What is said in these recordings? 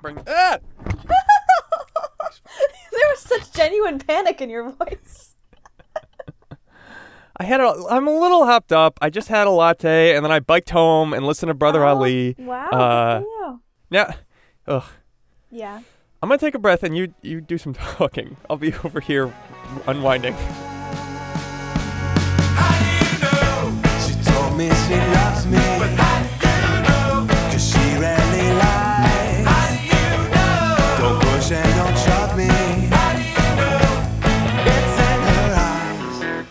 bring. Ah! there was such genuine panic in your voice. I had a, I'm a little hopped up. I just had a latte, and then I biked home and listened to Brother Oh, Ali. Wow. Uh, good for you. Now, ugh, Yeah. I'm gonna take a breath, and you you do some talking. I'll be over here unwinding. She told me she loves me. But how do you know? Cause she rarely lies. How do you know? Don't push and don't shove me. How do you know? It's in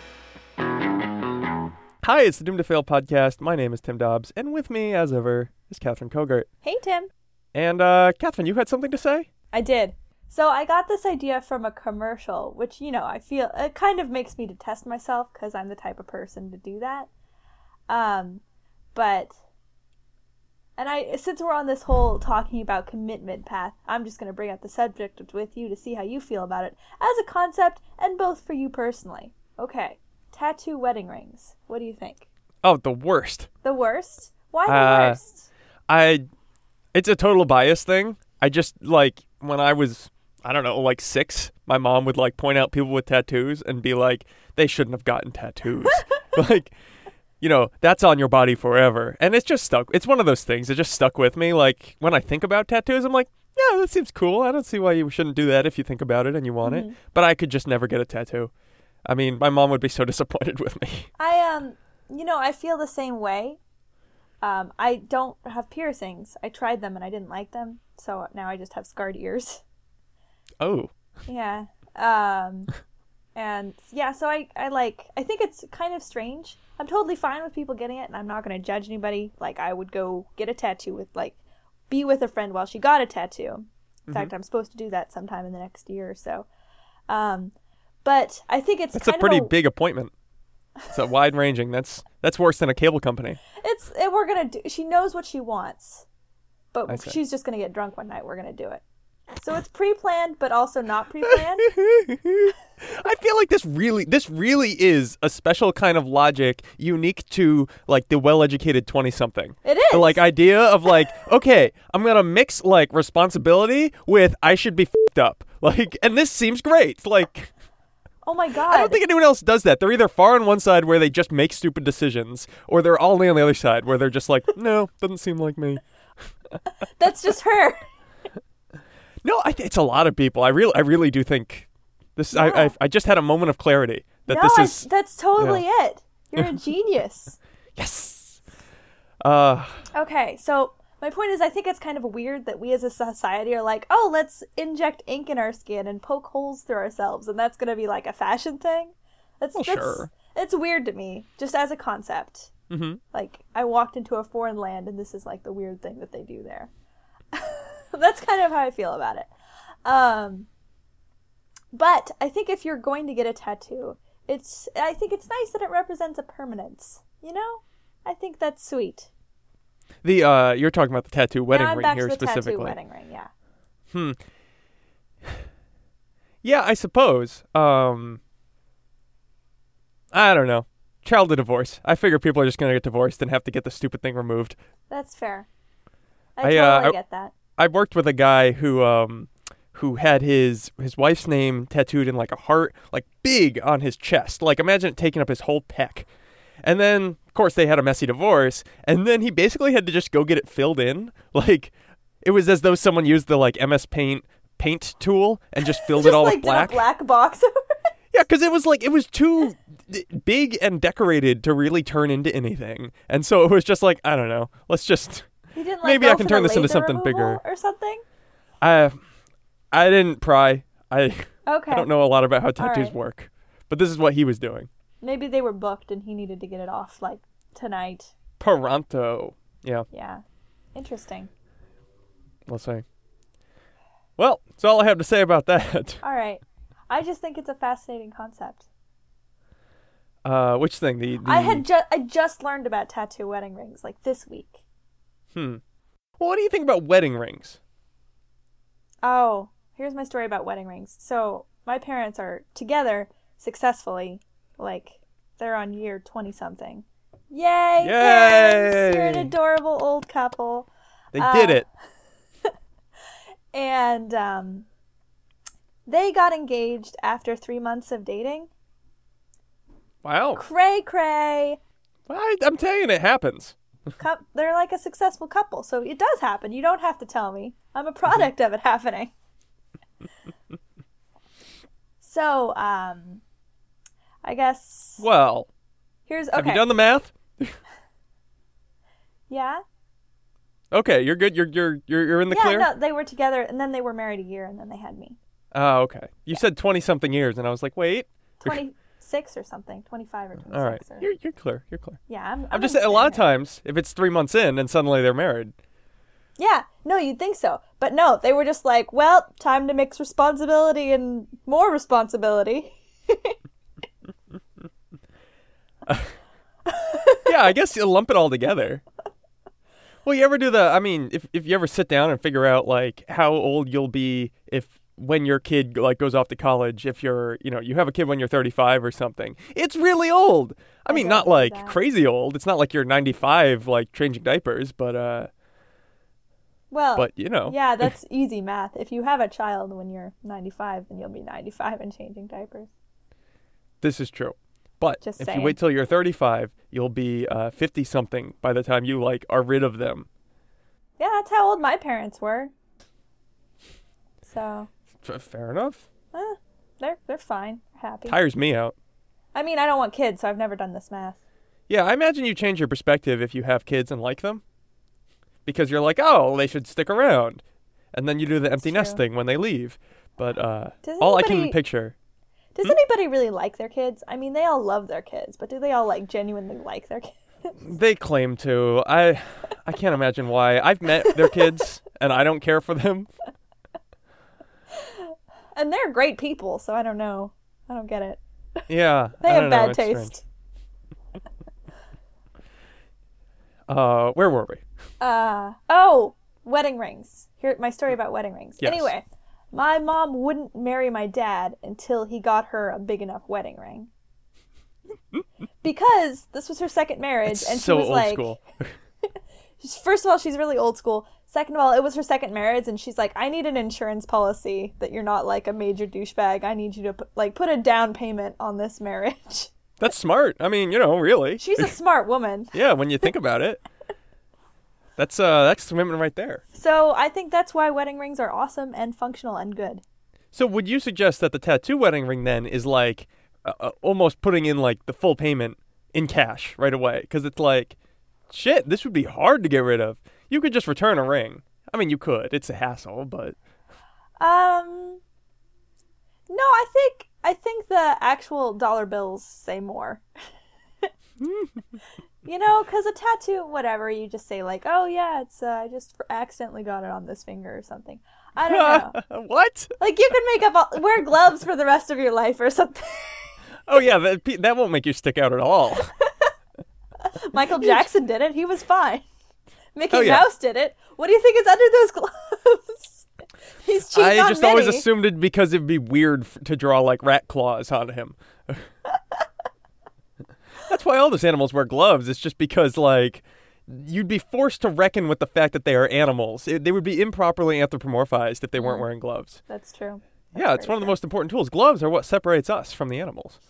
her eyes. Hi, it's the Doom to Fail podcast. My name is Tim Dobbs, and with me, as ever, is Catherine Kogart. Hey, Tim. And uh, Catherine, you had something to say? I did. So I got this idea from a commercial, which, you know, I feel it kind of makes me detest myself because I'm the type of person to do that. Um, but, and I, since we're on this whole talking about commitment path, I'm just going to bring up the subject with you to see how you feel about it as a concept and both for you personally. Okay. Tattoo wedding rings. What do you think? Oh, the worst. The worst? Why the Uh, worst? I it's a total bias thing. I just like when I was I don't know, like 6, my mom would like point out people with tattoos and be like they shouldn't have gotten tattoos. like you know, that's on your body forever. And it's just stuck. It's one of those things. It just stuck with me like when I think about tattoos, I'm like yeah, that seems cool. I don't see why you shouldn't do that if you think about it and you want it. But I could just never get a tattoo. I mean, my mom would be so disappointed with me. I um, you know, I feel the same way. Um, I don't have piercings. I tried them and I didn't like them, so now I just have scarred ears. Oh. Yeah. Um, and yeah, so I I like I think it's kind of strange. I'm totally fine with people getting it, and I'm not going to judge anybody. Like I would go get a tattoo with like be with a friend while she got a tattoo. In Mm-hmm. fact, I'm supposed to do that sometime in the next year or so. Um, but I think it's That's a kind pretty of a- big appointment. It's a wide ranging. That's that's worse than a cable company. It's it, we're gonna do. She knows what she wants, I but see. she's just gonna get drunk one night. We're gonna do it. So it's pre-planned, but also not pre-planned. I feel like this really this really is a special kind of logic unique to like the well-educated 20 something. It The, is. like idea of like okay, I'm going to mix like responsibility with I should be fed up. Like and this seems great. It's Like oh my god! I don't think anyone else does that. They're either far on one side where they just make stupid decisions or they're only on the other side where they're just like no, doesn't seem like me. that's just her. No, I th- it's a lot of people. I really, I really do think this. I, I, I just had a moment of clarity that no, this I- is that's totally it. You're a genius. yes. Uh, Okay, so my point is, I think it's kind of weird that we as a society are like, oh, let's inject ink in our skin and poke holes through ourselves, and that's gonna be like a fashion thing. That's, Well, that's sure. It's weird to me, just as a concept. mhm. like I walked into a foreign land and this is like the weird thing that they do there. That's kind of how I feel about it. Um, but I think if you're going to get a tattoo, it's I think it's nice that it represents a permanence. You know, I think that's sweet. the uh, you're talking about the tattoo wedding now I'm ring back here to the specifically. tattoo wedding ring. Yeah, Yeah, I suppose. Um, I don't know. Child of divorce. I figure people are just gonna get divorced and have to get the stupid thing removed. that's fair. I, I, totally uh, I- get that. I worked with a guy who um who had his his wife's name tattooed in like a heart, like big on his chest. Like imagine it taking up his whole pec. And then of course they had a messy divorce, and then he basically had to just go get it filled in. Like it was as though someone used the like MS Paint paint tool and just filled it Just all like with did a black box over. it. yeah, because it was like it was too d- big and decorated to really turn into anything, and so it was just like I don't know. Let's just He didn't like Maybe go I can for turn the this into laser something removal bigger. or something. I I didn't pry. I Okay, I don't know a lot about how tattoos right. work, but this is what he was doing. Maybe they were booked and he needed to get it off like tonight. Peranto. Yeah, Yeah. Interesting. we'll see. Well, that's all I have to say about that. All right. I just think it's a fascinating concept. Uh, which thing? The, the I had ju- I just learned about tattoo wedding rings like this week. Hmm. Well, what do you think about wedding rings? Oh, here's my story about wedding rings. So, my parents are together successfully. Like they're on year 20 something. Yay! parents! You're an Yay! adorable old couple. They Uh, did it. and um, they got engaged after three months of dating. Wow. Cray cray. I, I'm telling you, it happens. Cou- they're like a successful couple, so it does happen. You don't have to tell me. I'm a product of it happening. so, um, I guess Well, here's have okay. you done the math? yeah, Okay, you're good. You're you're you're, you're in the yeah. clear. No, they were together, and then they were married a year, and then they had me. Oh, okay. You said twenty something years, and I was like, wait. Twenty six or something, twenty five or twenty six. All right, or, you're you're clear. You're clear. yeah, I'm, I'm just saying, a lot of understanding times if it's three months in and suddenly they're married. it. Yeah, no, you'd think so, but no, they were just like, well, time to mix responsibility and more responsibility. Yeah, I guess you lump it all together. Well, you ever do the? I mean, if if you ever sit down and figure out like how old you'll be if when your kid like goes off to college, if you're you know you have a kid when you're 35 or something, it's really old. I, I mean, don't not do like that. crazy old. It's not like you're 95 like changing diapers, but uh, Well, but you know, Yeah, that's easy math. If you have a child when you're 95, then you'll be 95 and changing diapers. This is true. But Just if saying. you wait till you're 35, you'll be uh, 50 something by the time you like are rid of them. Yeah, that's how old my parents were. So F- fair enough. eh, they're they're fine, they're happy. Tires me out. I mean, I don't want kids, so I've never done this math. Yeah, I imagine you change your perspective if you have kids and like them. Because you're like, "Oh, they should stick around." And then you do the empty nest true. thing when they leave. But uh Does all I can anybody- picture. Does Hmm? anybody really like their kids? I mean, they all love their kids, but do they all like genuinely like their kids? They claim to. I I can't imagine why. I've met their kids and I don't care for them. And they're great people, so I don't know. I don't get it. Yeah. They I have don't know, bad it's strange. taste. Uh where were we? Uh, oh, wedding rings. Here, my story about wedding rings. Yes. Anyway, my mom wouldn't marry my dad until he got her a big enough wedding ring. because this was her second marriage, It's and she so was old like, school. first of all, she's really old school. Second of all, it was her second marriage, and she's like, I need an insurance policy that you're not like a major douchebag. I need you to put, like put a down payment on this marriage. That's smart. I mean, you know, really. She's a smart woman. yeah, when you think about it. That's uh that's women right there. So I think that's why wedding rings are awesome and functional and good. So would you suggest that the tattoo wedding ring then is like uh, uh, almost putting in like the full payment in cash right away cuz it's like shit, this would be hard to get rid of. You could just return a ring. I mean, you could. It's a hassle, but Um No, I think I think the actual dollar bills say more. you know, cuz a tattoo whatever, you just say like, "Oh yeah, it's uh, I just accidentally got it on this finger or something." I don't know. what? like you can make up all- wear gloves for the rest of your life or something. Oh yeah, that pe- that won't make you stick out at all. Michael Jackson did it. He was fine. Mickey Oh, yeah. Mouse did it. What do you think is under those gloves? He's cheating I on just always Minnie. assumed it because it'd be weird f- to draw like rat claws on him. That's why all those animals wear gloves. It's just because like you'd be forced to reckon with the fact that they are animals. It- they would be improperly anthropomorphized if they weren't wearing gloves. Mm-hmm. That's true. yeah, it's very one of the most important tools. Gloves are what separates us from the animals.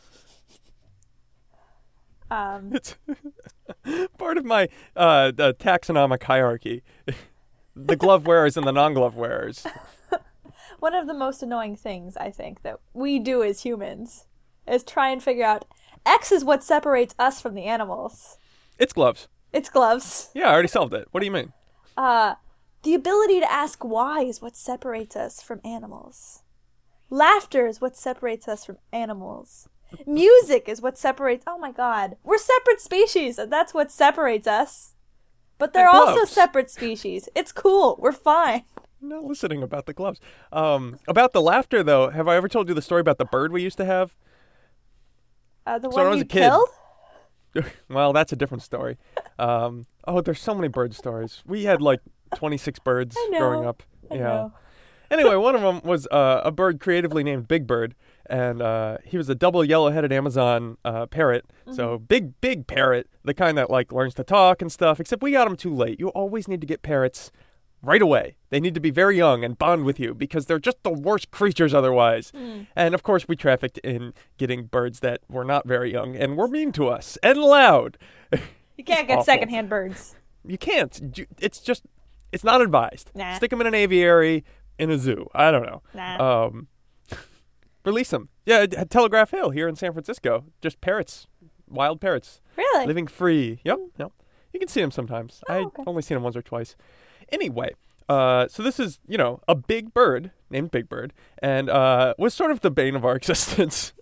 Um It's part of my uh, the taxonomic hierarchy. the glove wearers and the non-glove wearers. one of the most annoying things I think that we do as humans is try and figure out X is what separates us from the animals. It's gloves. It's gloves. Yeah, I already solved it. What do you mean? Uh, the ability to ask why is what separates us from animals. Laughter is what separates us from animals. Music is what separates. Oh my God, we're separate species, and that's what separates us. But they're And also gloves. separate species. It's cool. We're fine. not listening about the gloves. Um, about the laughter, though, have I ever told you the story about the bird we used to have? Uh, the So when I one was you a kid- killed. well, that's a different story. Um, oh, there's so many bird stories. We had like 26 birds I know. growing up. I yeah. know. Anyway, one of them was uh, a bird creatively named Big Bird, and uh, he was a double yellow-headed Amazon uh, parrot. So big, big parrot, the kind that like learns to talk and stuff. Except we got him too late. You always need to get parrots right away. They need to be very young and bond with you because they're just the worst creatures otherwise. And of course, we trafficked in getting birds that were not very young and were mean to us and loud. You can't get awful. secondhand birds. You can't. You- It's just, it's not advised. Nah. Stick them in an aviary, in a zoo. I don't know. Nah. Um, release them. Yeah, at- at Telegraph Hill here in San Francisco. Just parrots, wild parrots, Really? Hmm. Oh, living free. Yep, yep. You can see them sometimes. I okay. only seen them once or twice. Anyway, uh, so this is you know a big bird named Big Bird, and uh, was sort of the bane of our existence.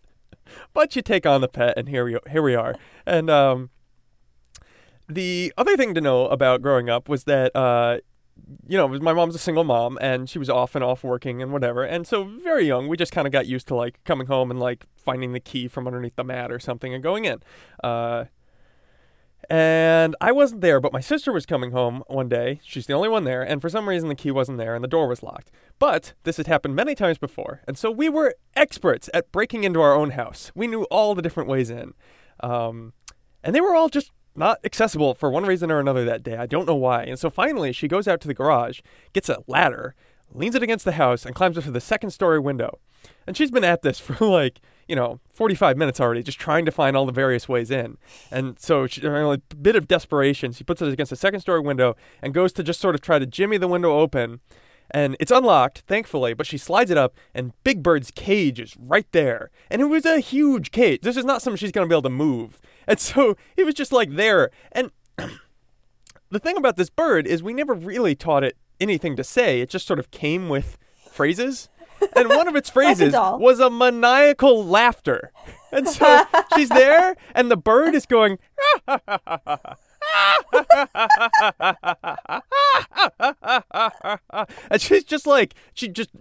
but you take on the pet, and here we here we are, and um. The other thing to know about growing up was that, uh, you know, my mom's a single mom and she was off and off working and whatever. And so, very young, we just kind of got used to like coming home and like finding the key from underneath the mat or something and going in. Uh, and I wasn't there, but my sister was coming home one day. She's the only one there. And for some reason, the key wasn't there and the door was locked. But this had happened many times before. And so, we were experts at breaking into our own house, we knew all the different ways in. Um, and they were all just not accessible for one reason or another that day. I don't know why. And so finally, she goes out to the garage, gets a ladder, leans it against the house, and climbs up to the second story window. And she's been at this for like, you know, 45 minutes already, just trying to find all the various ways in. And so, she, in a bit of desperation, she puts it against the second story window and goes to just sort of try to jimmy the window open. And it's unlocked, thankfully, but she slides it up, and Big Bird's cage is right there. And it was a huge cage. This is not something she's going to be able to move. And so it was just like there. And the thing about this bird is we never really taught it anything to say, it just sort of came with phrases. And one of its phrases doll. was a maniacal laughter. And so she's there, and the bird is going, and she's just like she just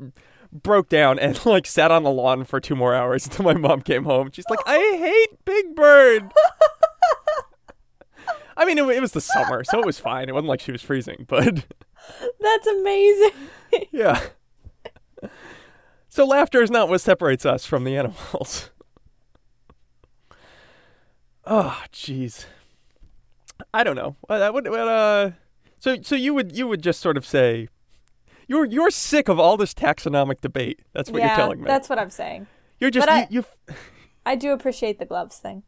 broke down and like sat on the lawn for two more hours until my mom came home. She's like, I hate Big Bird. I mean, it, wa- it was the summer, so it was fine. It wasn't like she was freezing, but That's amazing. yeah. So laughter is not what separates us from the animals. oh, jeez. I don't know. Uh, That would, would, uh, so so you would you would just sort of say you're you're sick of all this taxonomic debate. That's what yeah, you're telling me. that's what I'm saying. you're just but you, I- you've, I do appreciate the gloves thing.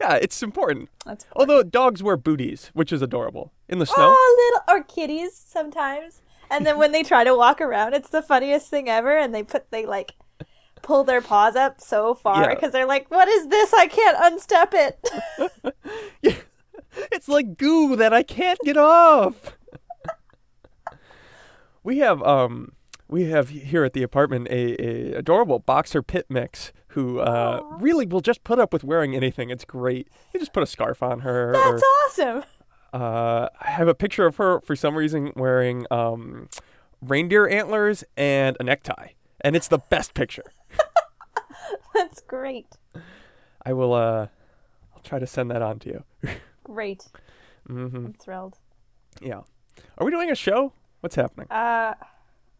yeah. It's important. That's important. Although dogs wear booties, which is adorable in the snow. Oh, little or kitties sometimes. And then when they try to walk around, it's the funniest thing ever. And they put they like pull their paws up so far Yeah. because they're like, "What is this? I can't unstep it." It's like goo that I can't get off. we have um we have here at the apartment a, a adorable boxer pit mix who uh, really will just put up with wearing anything. It's great. You just put a scarf on her. That's or, awesome. uh, I have a picture of her for some reason wearing um, reindeer antlers and a necktie, and it's the best picture. That's great. I will uh, I'll try to send that on to you. Great. Mm-hmm. I'm thrilled. yeah. Are we doing a show? What's happening? Uh,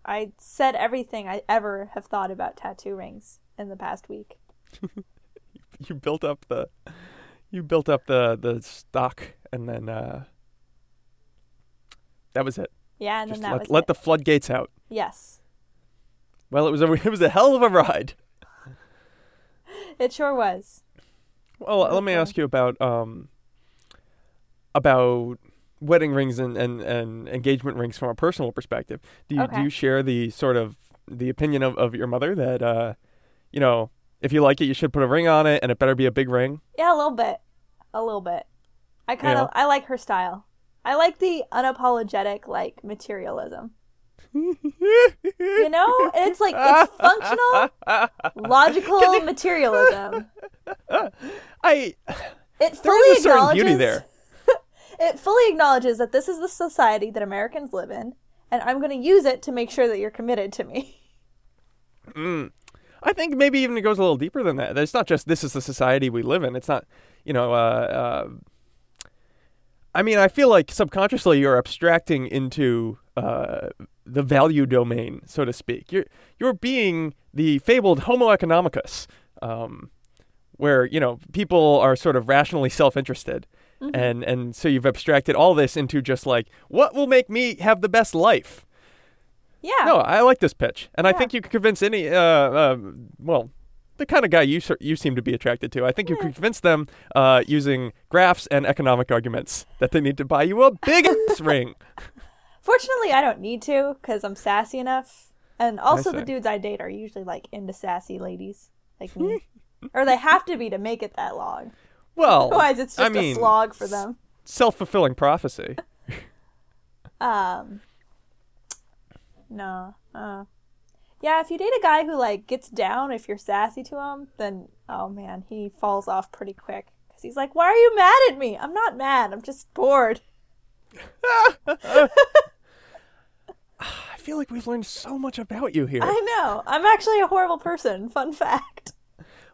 I said everything I ever have thought about tattoo rings in the past week. you built up the you built up the the stock and then uh that was it Yeah, and just then that let, was let it. the floodgates out yes, well it was a it was a hell of a ride it sure was. well let me Okay. ask you about um about wedding rings and and, and engagement rings from a personal perspective do you do Okay. you share the sort of the opinion of, of your mother that uh you know if you like it you should put a ring on it and it better be a big ring Yeah, a little bit. A little bit. I kind of Yeah. I like her style. I like the unapologetic like materialism. You know? And it's like it's functional logical materialism. i It there fully is a certain acknowledges beauty there It fully acknowledges that this is the society that Americans live in and I'm going to use it to make sure that you're committed to me. I think maybe even it goes a little deeper than that. It's not just this is the society we live in. It's not, you know, uh, uh, I mean, I feel like subconsciously you're abstracting into uh, the value domain, so to speak. You're you're being the fabled Homo economicus, um, where you know people are sort of rationally self-interested, and and so you've abstracted all this into just like what will make me have the best life. Yeah. No, I like this pitch, and I Yeah. think you could convince any uh, uh well. The kind of guy you ser- you seem to be attracted to, I think you could convince them uh, using graphs and economic arguments that they need to buy you a big ass ring. Fortunately, I don't need to because I'm sassy enough. And also, the see. dudes I date are usually like into sassy ladies like me. or they have to be to make it that long. Well, Otherwise, it's I just mean, a slog for them. Self fulfilling prophecy. Um, no. Uh, yeah, if you date a guy who like gets down if you're sassy to him, then oh man, he falls off pretty quick because he's like, "Why are you mad at me? I'm not mad. I'm just bored." I feel like we've learned so much about you here. I know. I'm actually a horrible person. Fun fact.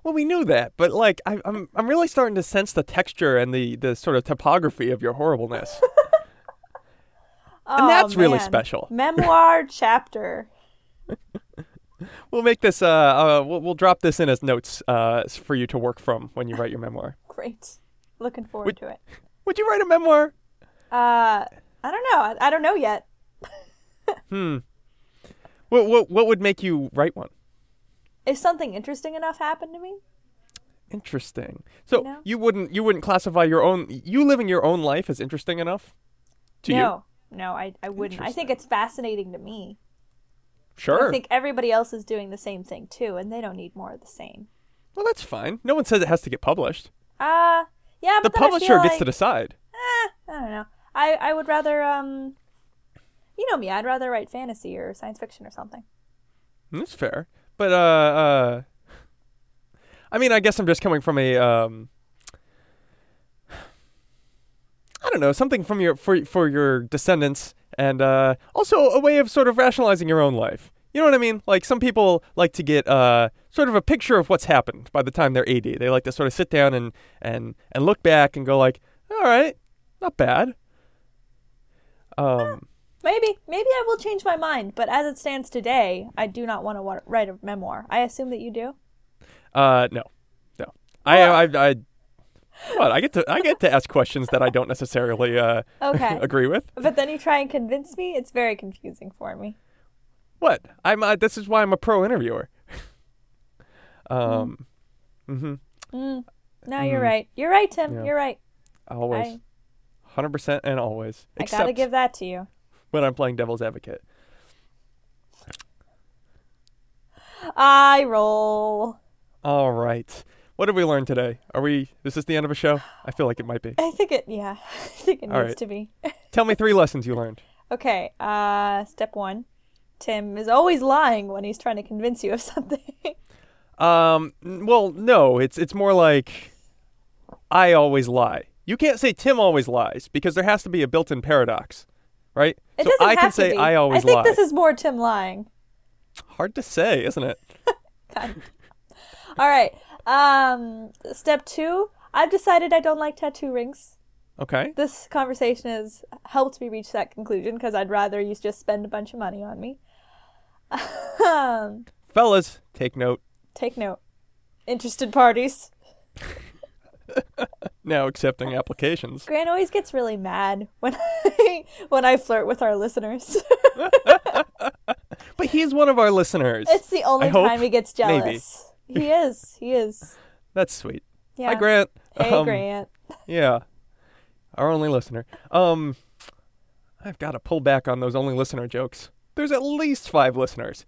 Well, we knew that, but like I, I'm, I'm really starting to sense the texture and the the sort of topography of your horribleness. Oh, that's really man. special. Memoir chapter. we'll make this. Uh, uh we'll, we'll drop this in as notes uh s- for you to work from when you write your memoir. Great. Looking forward Would- to it. Would you write a memoir? Uh, I don't know. I, I don't know yet. What what what would make you write one? If something interesting enough happened to me, Interesting. So you, know? wouldn't you wouldn't classify your own you living your own life as interesting enough to you? no, no, I, I wouldn't. I think it's fascinating to me. Sure. I think everybody else is doing the same thing too, and they don't need more of the same. well, that's fine. No one says it has to get published. Uh, yeah, The but then I publisher feel gets like, to decide. I don't know. I, I would rather um, you know me. I'd rather write fantasy or science fiction or something. That's fair. But uh, uh I mean, I guess I'm just coming from a um I don't know, something from your for for your descendants and uh also a way of sort of rationalizing your own life. You know what I mean? Like some people like to get uh sort of a picture of what's happened by the time they're 80. They like to sort of sit down and and and look back and go like, "All right, not bad." Um Maybe maybe I will change my mind, but as it stands today, I do not want to wa- write a memoir. I assume that you do. Uh, no, no. I, I, I, I, what? I get to, I get to ask questions that I don't necessarily uh, Okay. agree with. But then you try and convince me. It's very confusing for me. What? I'm. Uh, this is why I'm a pro interviewer. Mm. um, No, you're right. You're right, Tim. Mm. Yeah. You're right. always, I- hundred percent, and always. I gotta Except give that to you. when I'm playing devil's advocate. I roll. All right. What did we learn today? Are we? Is this the end of a show? I feel like it might be. I think it. Yeah, I think it All needs right. to be. Tell me three lessons you learned. Okay. Uh, step one. Tim is always lying when he's trying to convince you of something. Um. n- Well, no. It's it's more like I always lie. You can't say Tim always lies because there has to be a built-in paradox, right? It so doesn't I have can to say be. I always I think lie. this is more Tim lying. Hard to say, isn't it? God. All right. Um, step two. I've decided I don't like tattoo rings. Okay. This conversation has helped me reach that conclusion because I'd rather you just spend a bunch of money on me. um, Fellas, take note. take note. Interested parties. Now accepting applications. Gran always gets really mad when I, when I flirt with our listeners. But he's one of our listeners. it's the only I hope. time he gets Maybe. jealous. He is. He is. That's sweet. Yeah. Hi, Grant. Hey, Um, Grant. Yeah. Our only listener. Um, I've got to pull back on those only listener jokes. There's at least five listeners.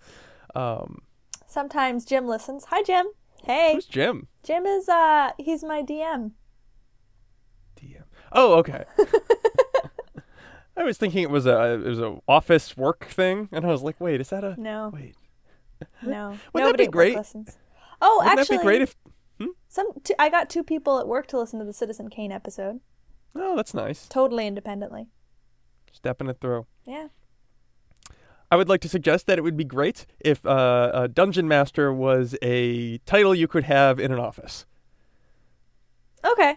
Um, Sometimes Jim listens. Hi, Jim. Hey. who's Jim? Jim is uh he's my DM. DM. Oh, okay. I was thinking it was a it was a office work thing, and I was like, wait, is that a No. wait? No. be Nobody at work great? Listens. Oh, Wouldn't actually, that be great if? some t- I got two people at work to listen to the Citizen Kane episode No, oh, that's nice. totally independently. Stepping it through. Yeah. I would like to suggest that it would be great if uh, a dungeon master was a title you could have in an office. Okay.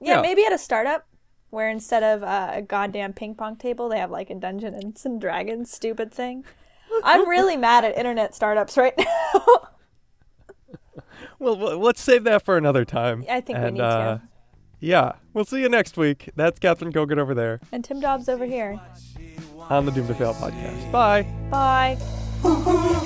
Yeah, Yeah. maybe at a startup where instead of uh, a goddamn ping pong table, they have like a Dungeon and some Dragons stupid thing. I'm really mad at internet startups right now. Well, w- let's save that for another time. I think we And, need uh, to. Yeah. We'll see you next week. That's Catherine Kogan over there And Tim Dobbs over here. on the Doom to Fail podcast. Bye. Bye. Ooh, ooh,